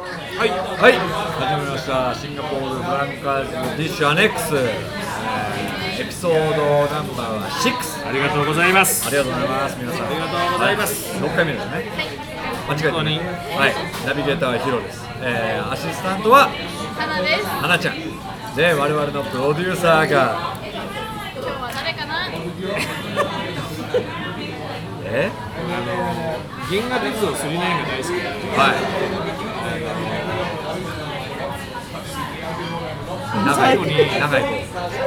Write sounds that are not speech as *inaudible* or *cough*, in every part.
はい始まりましたシンガポールフランカーズのディッシュアネックス、えーエピソードナンバーは6ありがとうございますありがとうございます皆さんありがとうございます、は6回目ですね間違えてないはいナビゲーターはヒロです、えーアシスタントは花です。今花ちゃんで我々のプロデューサーが日は誰かな？え銀河鉄道スリナインが大好きではい最後に長い子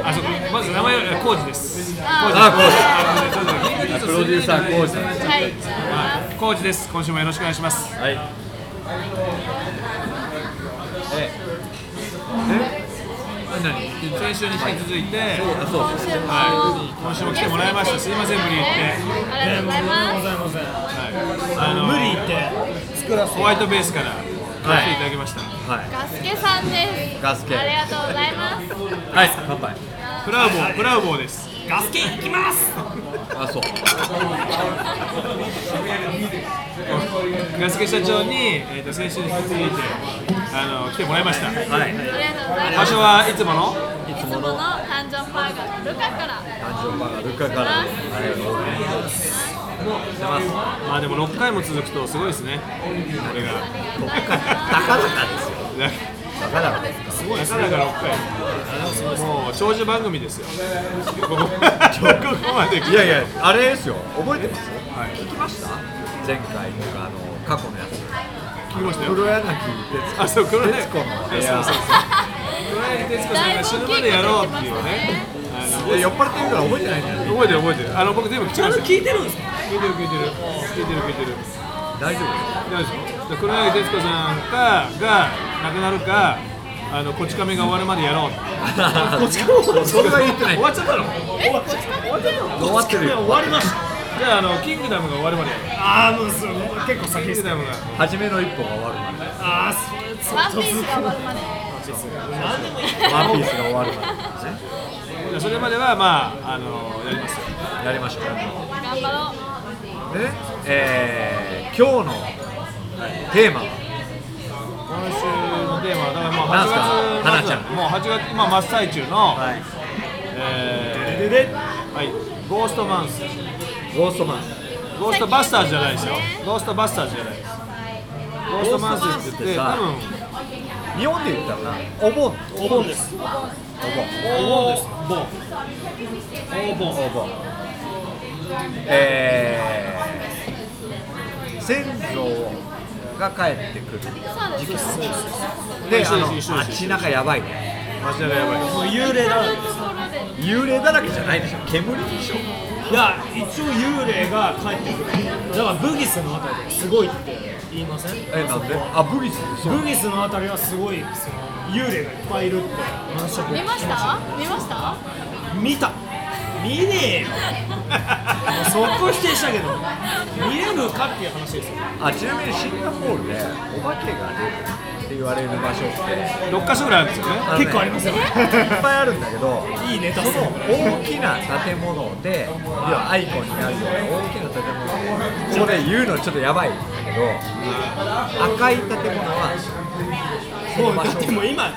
あそうまず名前はコウジですああ銀河あコージプロデューサーコージさんー、はい。じゃあコウジです今週もよろしくお願いしますはい。え、え、先週に引き続いてはい何？そうそう。今週も来てもらいましたすいません無理言ってありがとうございます。あの無理言ってホワイトベースから来ていただきましたはい。ガスケさんです。ガスケありがとうございます。はい。乾杯。プラウボープラウボーですガスケ行きますあ、そう。ガスケ社長に、えー、と先週に引き続いてあの来てもらいましたはい。ありがとうございま場す。所はいつものいつもの誕生パーガーのルカから。誕生日がルカから。ありがとうございます。まあでも6回も続くとすごいですねこれが僕から高々ですよ。なんか高々です。ごいですねだから6回もう長寿番組ですよここここまですいやいや、あれですよ。覚えてます？聞きました？前回とかあの過去のやつ。聞きましたよ黒柳徹あそう黒柳徹子の部そ屋うそうそう黒柳徹子さんが死ぬまでやろうっていうねあ子。いや酔っ払ってるから覚えてないんだよね。の覚えてる覚えてるあの僕全部聞きました聞いてるんですか聞いてる聞いてる聞いてる聞いてる大丈夫です。どうでしょう黒柳徹子さんかが亡くなるかあのこち亀が終わるまでやろうってこっちからそれは言ってない終。わっちゃったのえ、こっちから来てるの？終わってるよ。終わりましたじゃああのキングダムが終わるまでやろうああもうそれ結構先キンでグすねダムが初めの一歩が終わるまで。ああそれちょワンっとピースが終わるまで。何でもいいワンピースが終わるまで、じゃあそれまではまああのやりますよやりましょう。頑張で、えー、今日のテーマは、今週のテーマはだからもうなんすか8花月ちゃんもう8月今真っ最中の、はい、えででーはい、ゴーストマンスゴーストマン。ゴーストバスターズじゃないですよゴーストバスターズじゃないですゴーストマンスって言ってゴース多ト分マ日本で言ったらな、お盆、お盆ですおボンお盆お盆。えー、先祖が帰ってくるろう。そうです。で、一緒あのです一緒あでっすち中やばいね。マジでやばいもう幽霊だらけところで。幽霊だらけじゃないでしょ。煙でしょ。いや一応幽霊が帰ってくるだからブギスのあたりすごいって言いませんえ、なんで？あ、ブギス。そう。ブギスのあたりはすごいですよ幽霊がいっぱいいるって話を聞き見ました？見ました？見た見ねえよもうそこ否定したけど見れるかっていう話ですよあ、ちなみにシンガポールでお化けが出るって言われる場所って6か所ぐらいあるんですよねのね結構ありますよいっぱいあるんだけど。いいネそタのっすね大きな建物で、要はアイコンになるような大きな建物で、ここで言うのちょっとやばいんだけど、赤い建物は、そのもう場だ所ってもう今ち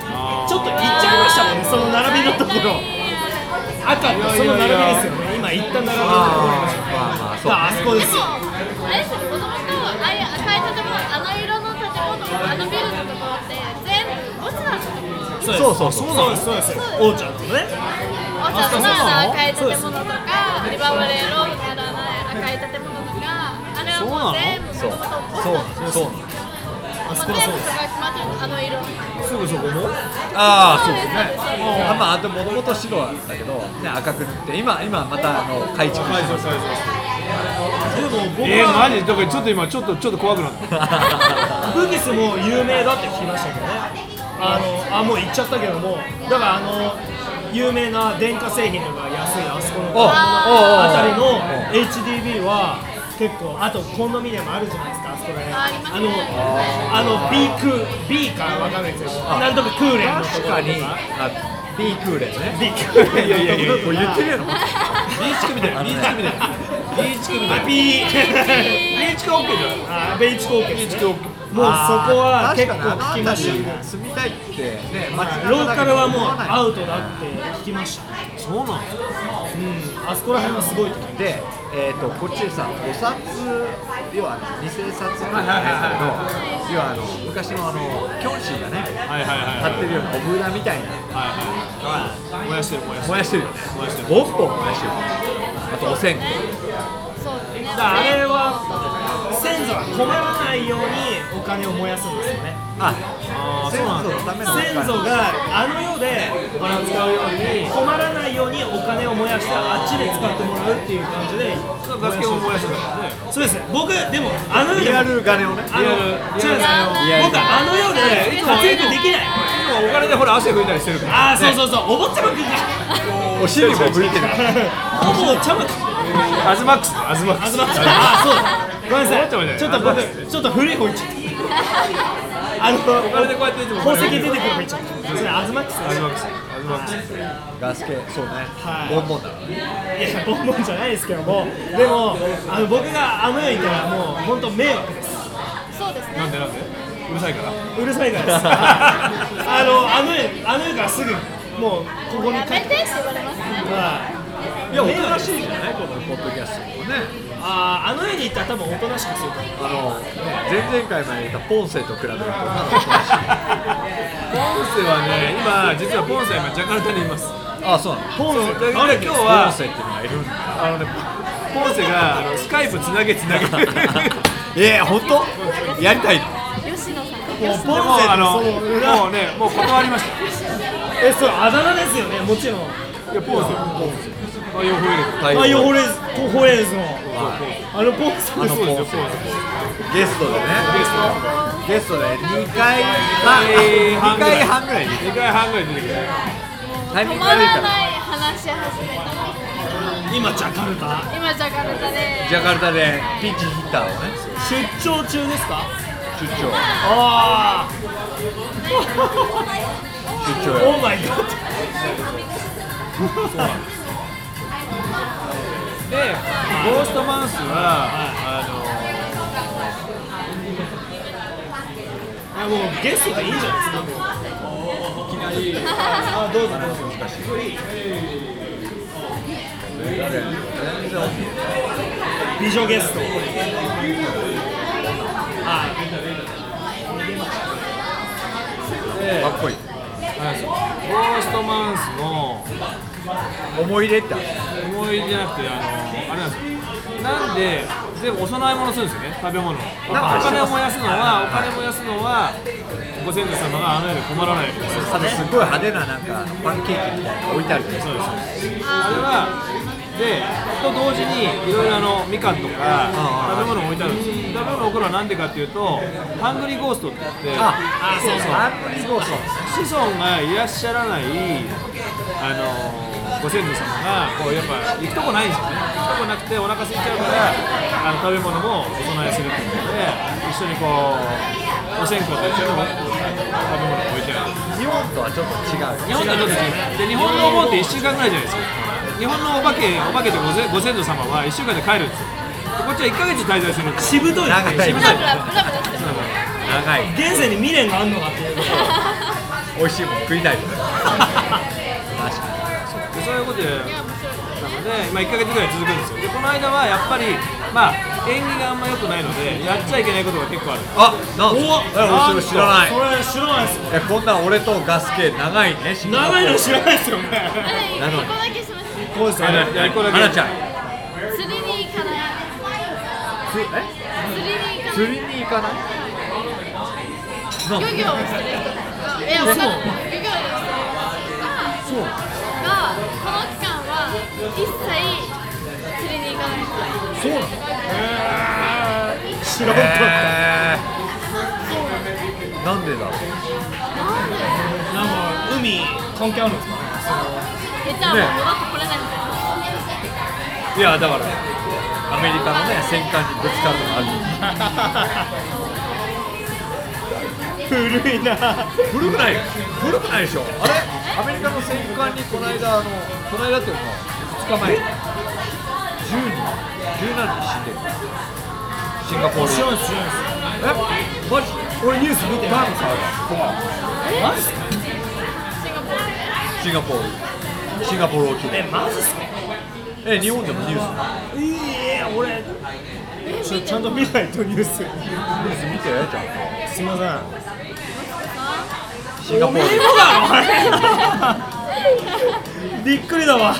ょっと行っちゃいましたもんねその並びのところ赤とその並びですよね今行った並びのところあーまあまあ、そうああそこでも、あれですよ、もともと、ああいう赤い建物、あの色の建物を、あのビルのところに住んでたんですよね。ですよ全部、オチなんですよ。そうそうそうそうですそうですおうちゃんとねオチャのあの赤い建物とか、リバブレローみたいな赤い建物とか、あれはもう全部、そう、そう、そう、あそもこう全部はそうでそすれが決まってるの、あの色。すぐそこもああ、そうですね、あまあ、あともともと白だったけど、ね、赤く塗って、今、今またあの改築してます。でも僕えー、マはジだからちょっと今ちょっとちょっと怖くなったブギスも有名だって聞きましたけどねあのあもう行っちゃったけどもだからあの有名な電化製品とか安いあそこのおあたりおの HDB は結構あとコンドミニアムあるじゃないですかあそこらあります辺ねあのあの B クー B かわかんないですけどなんとかクーレンのと確ころとかかに、あ、ビークーレンね。 B クーレンいやいやいや、もう言ってるやろ。ビーチクみたいなビーチクみたいなビーチクみたいなビービーチク OK じゃないあベイチコーケビーですチねク OK もうそこはあー結確かに構聞きましたあの辺りね住みたいってねローカルはもうアうウトだって聞きましたねそうなんですかうんあそこら辺はすごいと思いますで、えー、とこっちでさお札要は二千札なんですけど要はあの昔のあのキョンシーがねはいはいはい買ってるようなお札みたいなはいはい燃やしてる燃やしてる燃やしてるよね燃やしてる6本燃やしてるよねあとお線香そうですね。あれは先祖が困らないようにお金を燃やすんですよねああー先祖そうなんだのためのお金先祖があの世でお金を使うように困らないようにお金を燃やしてあっちで使ってもらうっていう感じでガスケも燃やしてたからねそうですね僕でもあの世でリもアル金をねあの違うんですよ僕あの世で活躍できない今お金でほら汗拭いたりしてるからああそうそうそうお坊ちゃまくんがお尻も向いてるほぼちゃまくんアズマックスアズマックあスずまくんああそうごめんなお坊ちゃまじゃないさいちょっとあずまく僕ちょっと古い方いっちゃったあのお金でこうやっていつも宝石出てくる方いっちゃったそれアズマックスアズマックスアズマックスガス系そうねはいボンボンだからねいやボンボンじゃないですけどもでもあの僕があの世にいたらもう本当迷惑ですそうですね。なんでなんでうるさいからうるさいからですあのあの世あの世からすぐもうここにや帰めってってて言われますね。はいいやおとなしいじゃないこのポッドキャストもねあーあの世に行ったら多分おとなしくすると思うあの、ね、前々回までいたポンセと比べるとまだポンセはね今実はポンセは今ジャカルタにいますあそうなのポンセだから今日ポンはセっていうのがいるんだあのねポンセがあのスカイプつなげつなげえー、本当やりたいの吉野さん。ももううポンセあののその裏もうねもう断りましたえそうあだ名ですよねもちろんいやポンセポンセあよく入れて対応あよほれずほほれずのはあのポンセあのそうですポンよポンセゲセストでねゲストゲストで2回半二回半2回半ぐらいに2回半ぐらい出てくるタイミ止ングま悪いらからない話し始めたんですけ今ジャカルタど。今ジャカルタで。ジャカルタでピンチヒッターをね出張中ですか出張あ *laughs* あ出張オやーマイガッドで、ゴーストマンスは、ああもうゲストでいいんじゃないですか全然 OK 美女ゲストはいかっこいいのなんですよゴーストマンスの思い入れってある思い出じゃなくて、あのあれなんですよなんで、全部お供え物するんですよね、食べ物をおなんかして金を燃やすのは、お金燃やすのはご先祖様があの世で困らないようにするあとすごい派手ななんかパンケーキみたいなの置いてあるけどそうですあれはでと同時にいろいろあのみかんとかああ食べ物置いてあるんですよ食べ物置くのはなんでかっていうとハングリーゴーストって言ってあ、そうそうアンプリゴースト子孫がいらっしゃらない、あのご先祖様がこうやっぱ行くとこないんですよね行くとこなくてお腹空いちゃうからあの食べ物もお供えするっていうので一緒にこうお線香と一緒にあの食べ物を置いてある日本とはちょっと違う日本とはちょっと違うで日本のお盆って1週間ぐらいじゃないですか日本のお化けお化けとごせご先祖様は1週間で帰るんですよでこっちは1ヶ月滞在するんですよしぶとい長いブラブラブラブラしてま長いす。現世に未練があるのかっていう美味しいもん食いたいもん確かでそういうことでいや面なの白い。で、まあ、1ヶ月ぐらい続くんですよでこの間はやっぱり、まあ、縁起があんま良くないのでやっちゃいけないことが結構あるあ、なんお面白おい知らないそれ知らないですよえこんなん俺とガス系長いね長いの知ららないですよねなの一個だけします。そうですよねいやこれだけ花ちゃん釣りに行かない。つえ釣りに行釣かない。りに行かないそう漁業をしてる人とか。いや、わかんない。漁業をしてる人とか。がこの期間は一切釣りに行かないそうなの知らんかったへーなんでだろうなんでなんか海関係あるんですかえじゃあもう戻ってこれないみたいいやだからアメリカのね戦艦にぶつかるのがある古いな古くないよ古くないでしょあれアメリカの戦艦にこの間あのこの間っていうか2日前10人17人死んでるシンガポール知らないです知らないですえマジで俺ニュース見てないマジっすかシンガポールでシンガポールシンガポール沖でえマジっすかえ日本でもニューいいえ俺ちょちゃんと見ないとニューススニュース見てちゃんすいませんとシンガポールそうだろびっくりだわ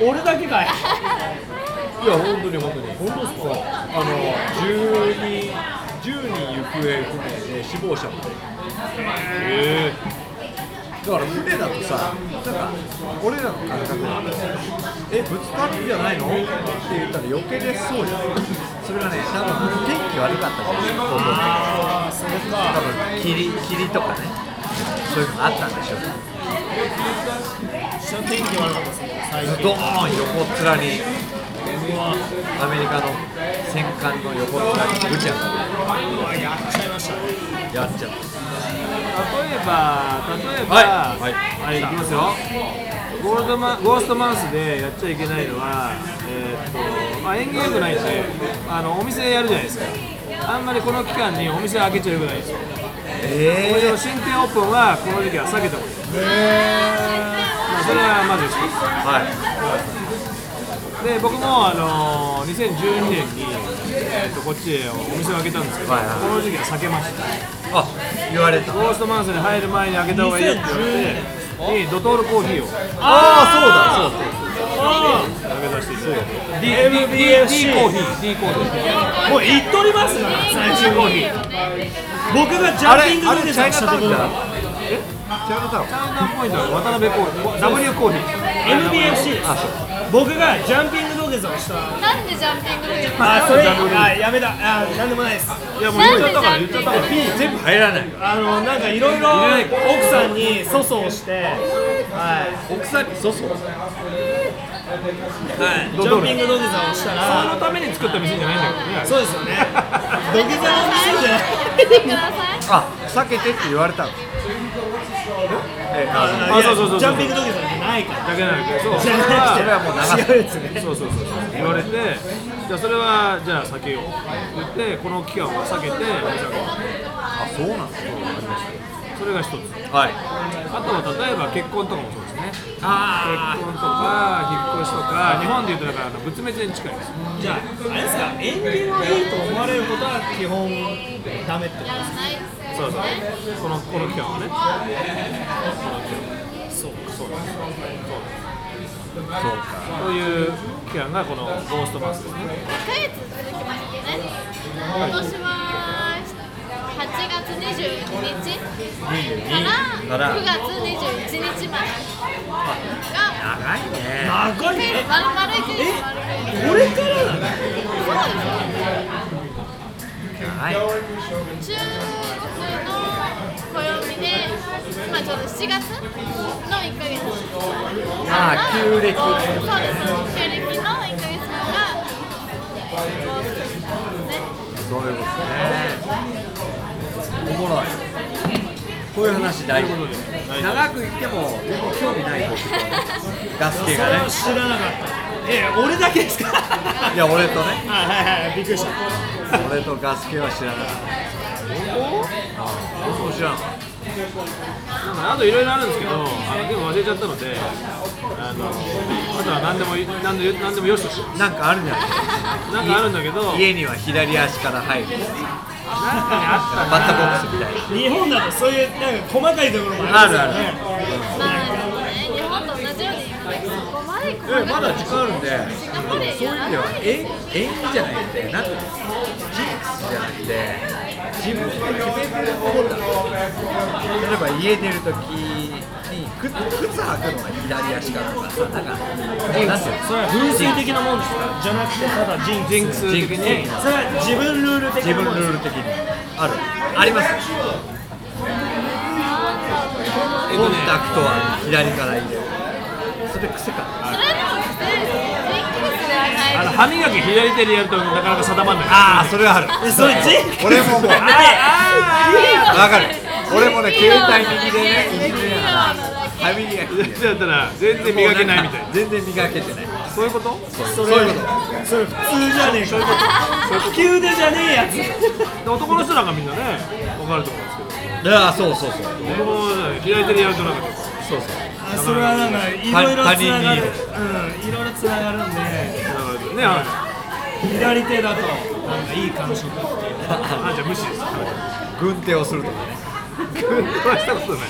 俺だけかいいや本当に本当に本当ですかあの10人10人行方不明で死亡者も出るえだから船だとさなんか俺らの感覚だとえぶつかるんじゃないのって言ったら余計でそうじゃんそれがね多分天気悪かったじゃんああそれ多か分霧霧とかねそういうのがあったんでしょうちゃんと天気悪かったっすね最近ドーン横面にアメリカの戦艦の横面にぶちゃんうわやっちゃいましたねやっちゃっ例えば例えばはいはいはい、行きますよゴールドマゴーストマウスでやっちゃいけないのは、えーっとまあ、演芸よくないしあのお店やるじゃないですかあんまりこの期間にお店開けちゃよくないですよたお店えの新店オープンはこの時期は避けた方がいいです、まあ、それはまず一つー、はいで僕も、あのー2012年に、えー、とこっちへお店を開けたんですけど、はいはいこの時期は避けましたあ言われたゴーストマウスに入る前に開けた方がいいよって言われてにドトールコーヒーをああそうだそうだあ食べさせていただいて D あコーヒー D コーヒーもう言っとりますから最終コーヒー僕がジあャれンピングあれで出チャイナたしたタウンじゃんこえチャイナタウンタウンダウンポイントは渡辺コーヒー W コーヒー MBFC ですあそう僕がジャンピング土下座をしたなんでジャンピングルールあそれあやめだあなんでもないですいやもう言っちゃったから言っちゃったから全部入らないあのなんかいろいろ入れない奥さんに粗相をしてはい奥さんにそうそうはいジャンピング土下座をしそたらのために作った店じゃないんだけどねそうですよね土下座の店じゃないやめてくだあさい避けてって言われたのええあああそうそうそうそうジャンピング土下座じゃないからだけなんだけ *laughs* どそうそじゃれなそれははもう流くすて違うやつねそうそうそうそう言われてじゃあそれはじゃあ避けようって言ってこの期間は避けてお店を開けたあそうなんですそれが一つはいあとは例えば結婚とかもそうですね結婚とか引っ越しとか日本でいうとだからあの仏滅に近いですじゃああれですか演芸はいいと思われることは基本ダメってことやらないそうそうこのこの期間はねそうそうなんですよそうかそういう期間がこのゴーストマウスですね1ヶ月続きましたね今年は8月22日22からから9月21日までが長いね長い丸ね々1日丸々一日これからだねそうですよ長い中国の暦で、今ちょうど7月の1ヶ月ああ旧暦そうです旧暦の1ヶ月間がこうねそういうことねおもろいこういう話大事長く言ってもでも興味ないとガスケがね知らなかったえ俺だけですかはいや俺とねいはいはいびっくりした俺とガスケは知らなかったああ僕も知らんなんかあといろいろあるんですけど、あのでも忘れちゃったので、あのあとは何でもい何で何でもよしとし、なんかあるんじゃないなんかあるんだけど、なんかね家には左足から入るバッタあーっボたックスみたいな日本だとそういうなんか細かいところもああるんるですよあるまねあね日本と同じように今ねそこまえで細まかだく時間あるんでシンガポールそういう意味でやはらない縁縁起じゃないんでなんていうの事実じゃなくて自分で決めてることだ例えば家出るときに靴靴履くのが左足からとかさなんかなんていうのそれは風水的なもんですかじゃなくてただ人ジンクス的にそれは自分ルール的自な分もんですルール的にあるありますえっコとンねタクトは左から入れるそれ癖かそれでも普通ですよジンクスではないあの歯磨き左手でやるとなかなか定まらない。ああそれはあるえそれジンクス俺ももう *laughs* あわかる俺もね携帯右でねいじりながら歯い磨き全然だったら全然磨けないみたいな全然磨けてないそういうことそういうことそれ普通じゃねえか急でじゃねえやつで男の人なんかみんなね分かると思うんですけどああそうそうそう僕もね左手でやるとなんか結そうそうあそれはなんかいろいろつながるうんいろいろつながるんで構流れてるねあ左手だとなんかいい感触っていうあじゃあ無視です軍手をするとかね軍手はしたことない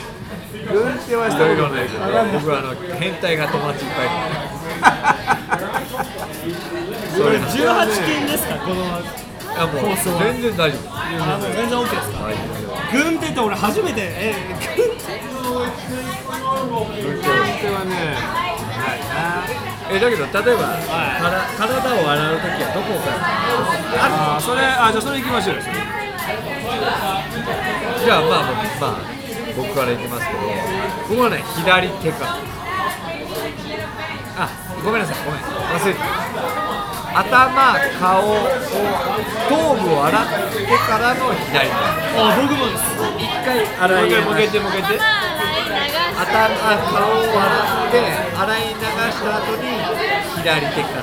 軍手はしたことないけど僕はあの変態が友達いっぱいいるからこれ18禁ですかこのあもう全然大丈夫あもう全然 OK ですか軍手って俺初めてえ軍手軍手はねえだけど例えば、から体を洗うときはどこかあそれあじゃあそれ行きましょうよらじゃあまあまあ、まあ、僕からいきますけど僕はね左手かあごめんなさいごめん忘れてた頭顔を頭部を洗ってからの左手あ僕もです一回洗い流もう一回してもう一回もう一回頭顔を洗って洗い流した後に左手から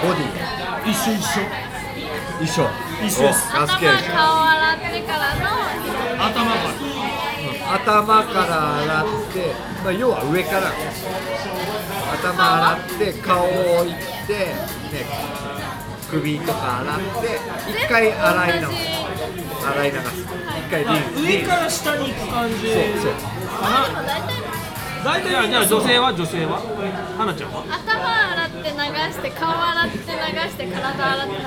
ボディ一緒一緒衣装一緒ですお助け合い顔洗ってからの頭から頭から洗って、まあ、要は上から頭洗って顔をいって、ね、首とか洗って一回洗い直す洗い流す一回リンスリン上スから下に行く感じそうかな大じゃあ体じゃあ女性は女性は花ちゃんは頭洗って流して顔洗って流して体洗って流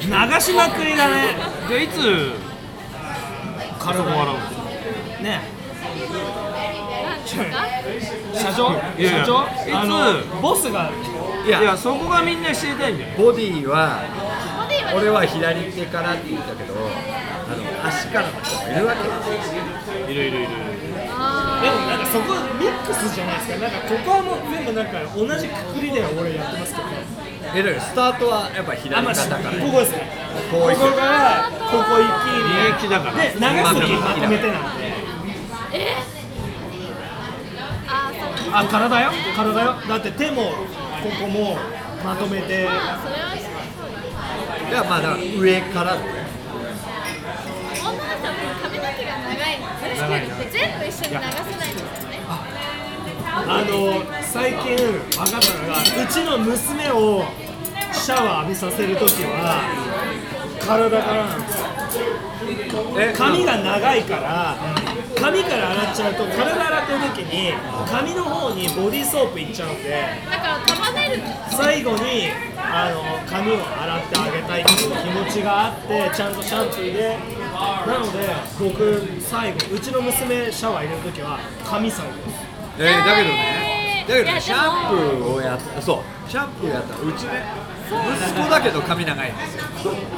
して流しまくりだねじゃあいつ体を洗うんですかねなんですか社長いやいや社い長つあのボスがそういやいやそこがみんな知りたいんだよボディはボディは俺は左手からって言ったけどあの足からの人もいるわけですよいるいるいるあでもなんかそこミックスじゃないですかなんかここはもう全部なんか同じくくりで俺やってますけどえだけどスタートはやっぱあ左まあ肩しかこらこですねここういくこからここ利行き益だからで流す時まとめてなんでーえあーそうですあ体よ体よだって手もここもまとめてまあそれはではまあだから上から女の人は髪の毛が長いのです長いね全部一緒に流せないんですよねあの最近分かったのがうちの娘をシャワー浴びさせる時は体からなんですよえ髪が長いから髪から洗っちゃうと体洗ってる時に髪の方にボディーソープいっちゃうんでだから束ねるの最後にあの髪を洗ってあげたいっていう気持ちがあってちゃんとシャンプーでなので僕最後うちの娘シャワー入れる時は髪最後ですえー、だけどね、だけどいやねでもシャンプーをやった、そう、シャンプーやったらうちね、息子だけど髪長いんですよ。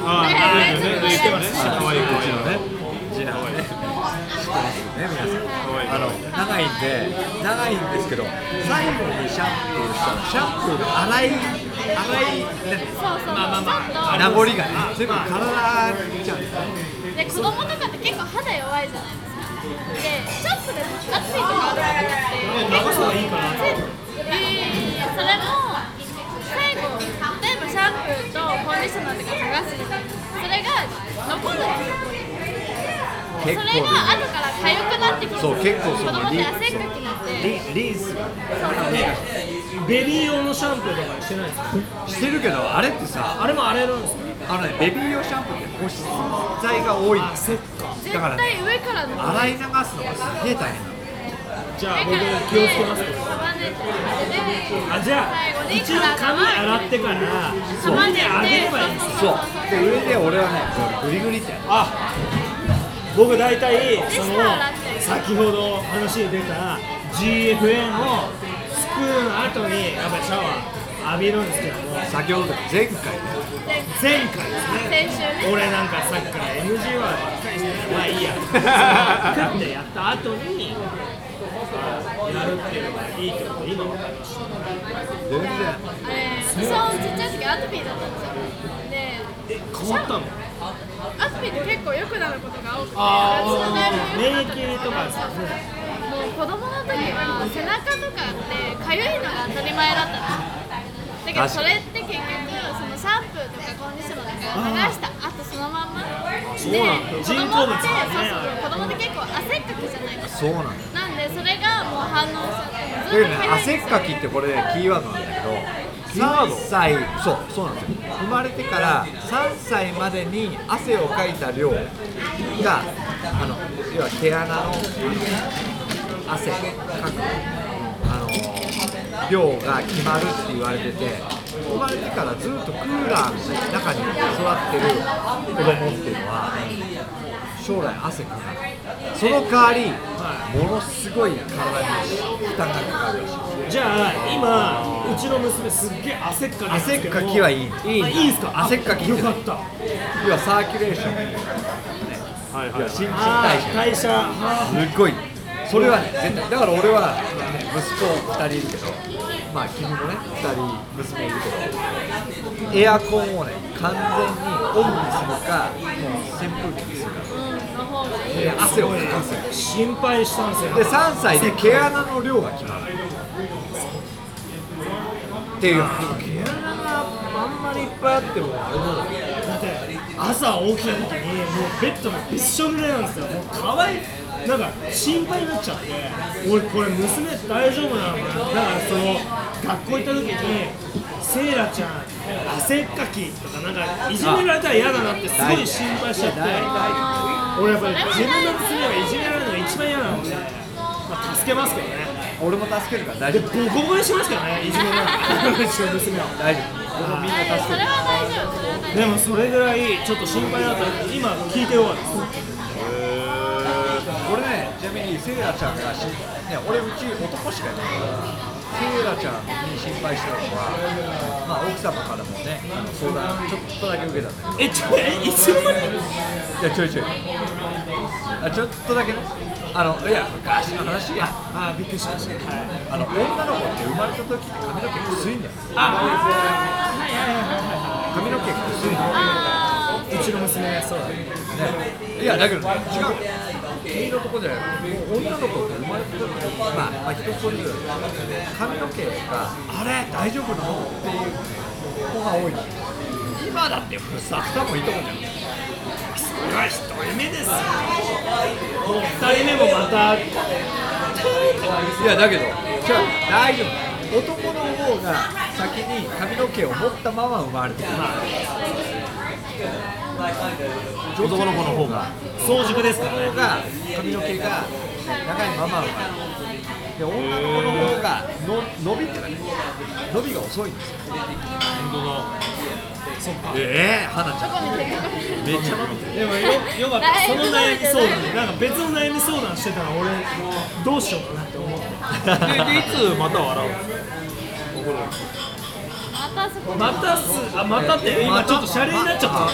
ああねねねねしてますね可愛い可愛ね、い次男はね、知ってますよね、皆可愛いさん。あの長いんで、長いんですけど、最後にシャンプーしたら、シャンプーの洗い、洗い、ね、そうそうちゃんと名残がね、全部体にちゃうんですよ。で子供とかって結構肌弱いじゃないですかでちょっとでも熱いとかじゃなくて流すのがいいかなとえーそれも最後例えばシャンプーとコンディショナーとか流すじゃないそれが残るんです結よ構それが後から痒くなってきてそう結構その子供って汗っかきなんでリリンスがベビー用のシャンプーとかしてないですかしてるけど、あれってさ、あれもあれなんですかあのね、ベビー用シャンプーって保湿剤が多いんですそっか絶だから対上からの洗い流すのがすげえ大変なの。じだからね束ねてあげてゃあ僕気をつけますあじゃ最後あに一度髪洗ってから束ね髪でてあげればいいんですそようで上で俺はねこうグリグリってやるあ僕大体そレのストランだって先ほど話に出た GFN をスプーンの後にやっぱりシャワー浴びるんですけども先ほどとか前回ね前回先ですね週ね俺なんかさっきから NG ワードばっかりしてたまあいいや食ってやった後にやるっていうのがいいってこと今分かりました全然えーそうちっちゃい時アトピーだったんですよでえ変わったのアトピーって結構良くなることが多くてあー私の大免疫とかさもう子供の時は背中とかってかゆいのが当たり前だったのだけどそれって結局そのシャンプーとかコンディショナーとか流したあとそのまんまそうでなんだ子供人工っ物てだねそうそう子供って結構汗っかきじゃないですそうかなんだなんでそれがもう反応としいちうゃってずねっとか、ゆいん汗でっすかよきってこれねキーワードなんだけど、キーワード3歳、そう、そうなんですよ。生まれてから3歳までに汗をかいた量が、あの、要は毛穴のあの汗かく、あの、量が決まるって言われてて、生まれてからずっとクーラーの中に育ってる子供っていうのは、将来汗かかない。その代わり、ものすごい体に負担がかかるらしい。じゃあ今うちの娘すっげえ汗っかきなんですけど汗っかきはいいいいいいんすか汗っかきよかった要はサーキュレーション、はいはい、はい、新陳あ代謝ー代謝すはっごいそれはね絶対だから俺は息子2人いるけどまあ君もね2人娘いるけどエアコンをね完全にオンにするかもう扇風機にするかうんの方がいいで汗をかかせるー心配したんですよで3歳で毛穴の量が決まるっていう毛穴があんまりいっぱいあってもあれなんだけどだって朝起きた時にもうベッドがびっしょ濡れなんですよもう可愛いなんか心配になっちゃって俺これ娘大丈夫なのかなだからその学校行った時にセイラちゃん汗っかきとかなんかいじめられたら嫌だなってすごい心配しちゃって俺やっぱり自分の娘がいじめられるのが一番嫌なので、まあ、助けますけどね俺も助けるから大丈夫ボコボコにしますけどねいじめられたらうちの娘は大丈夫俺もみんなあそれは大丈夫それは大丈でもそれぐらいちょっと心配だった今聞いてよかったです俺ね、ちなみにセイラちゃんがし、ね、俺うち男しかいないから、セイラちゃんに心配してたのは、まあ、奥様からもね、あの相談、ちょっとだけ受けたんだえ、ちょ、え、いつの間にけど、いや、ちょいちょい、あちょっとだけね、あのいや、昔の話や、あ、びっくりしました。はい。あの女の子って生まれた時って髪の毛薄いんだよ、あ、はいは髪の毛が薄いんだよ夫あいはい。うちの娘、そうだね。ね、いやだけど、ね、違う君のとこじゃないもう女の子って生まれてる時にまあ、まあ、人それぞれ髪の毛があれ大丈夫なのっていう子が多い今だってふさふさもいとこじゃんそれは一人目ですよ。もう二人目もまた、いやだけど違う大丈夫男の方が先に髪の毛を持ったまま生まれてくる男の子の方が早熟ですから方ね。が髪の毛が長いまま生まれてくるで女の子の方がの伸びってない伸びが遅いんですよ本当だええ花ちゃんー見てるめっちゃ伸びてるでもよ、よかった。その悩み相談、なんか別の悩み相談してたら、俺、どうしようかなって思って。ででいつまた笑うんですかまたそこまたす、あ、またって、今ちょっとシャレになっち *laughs* ゃった。あ、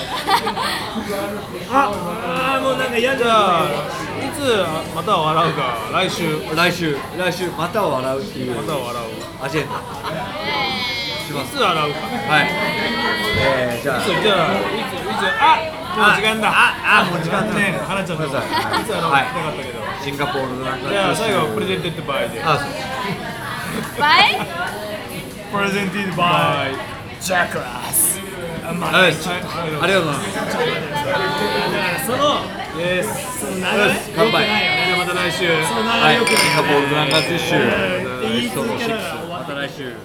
あー、もうなんか嫌じだ。ゃあいつまた笑うか来週来週来週また笑うっていうまた笑うアジェンダははいつ笑うかいえー、じゃあそうじゃあいついつあもう時間だああもう時間だね花ちゃんのごいめつんなさいはい笑うかなかったけどシンガポールなんかじゃあ最後プレゼンテッドバイであそうバイプレゼンテッドバイジャックラス。あ、まあ、はいはいありがとうございますその、イエスその流れ。よし乾杯じゃあまた来週その流はれいよくないシンガポールなんかティッシュ言い続けながら終わっまた来週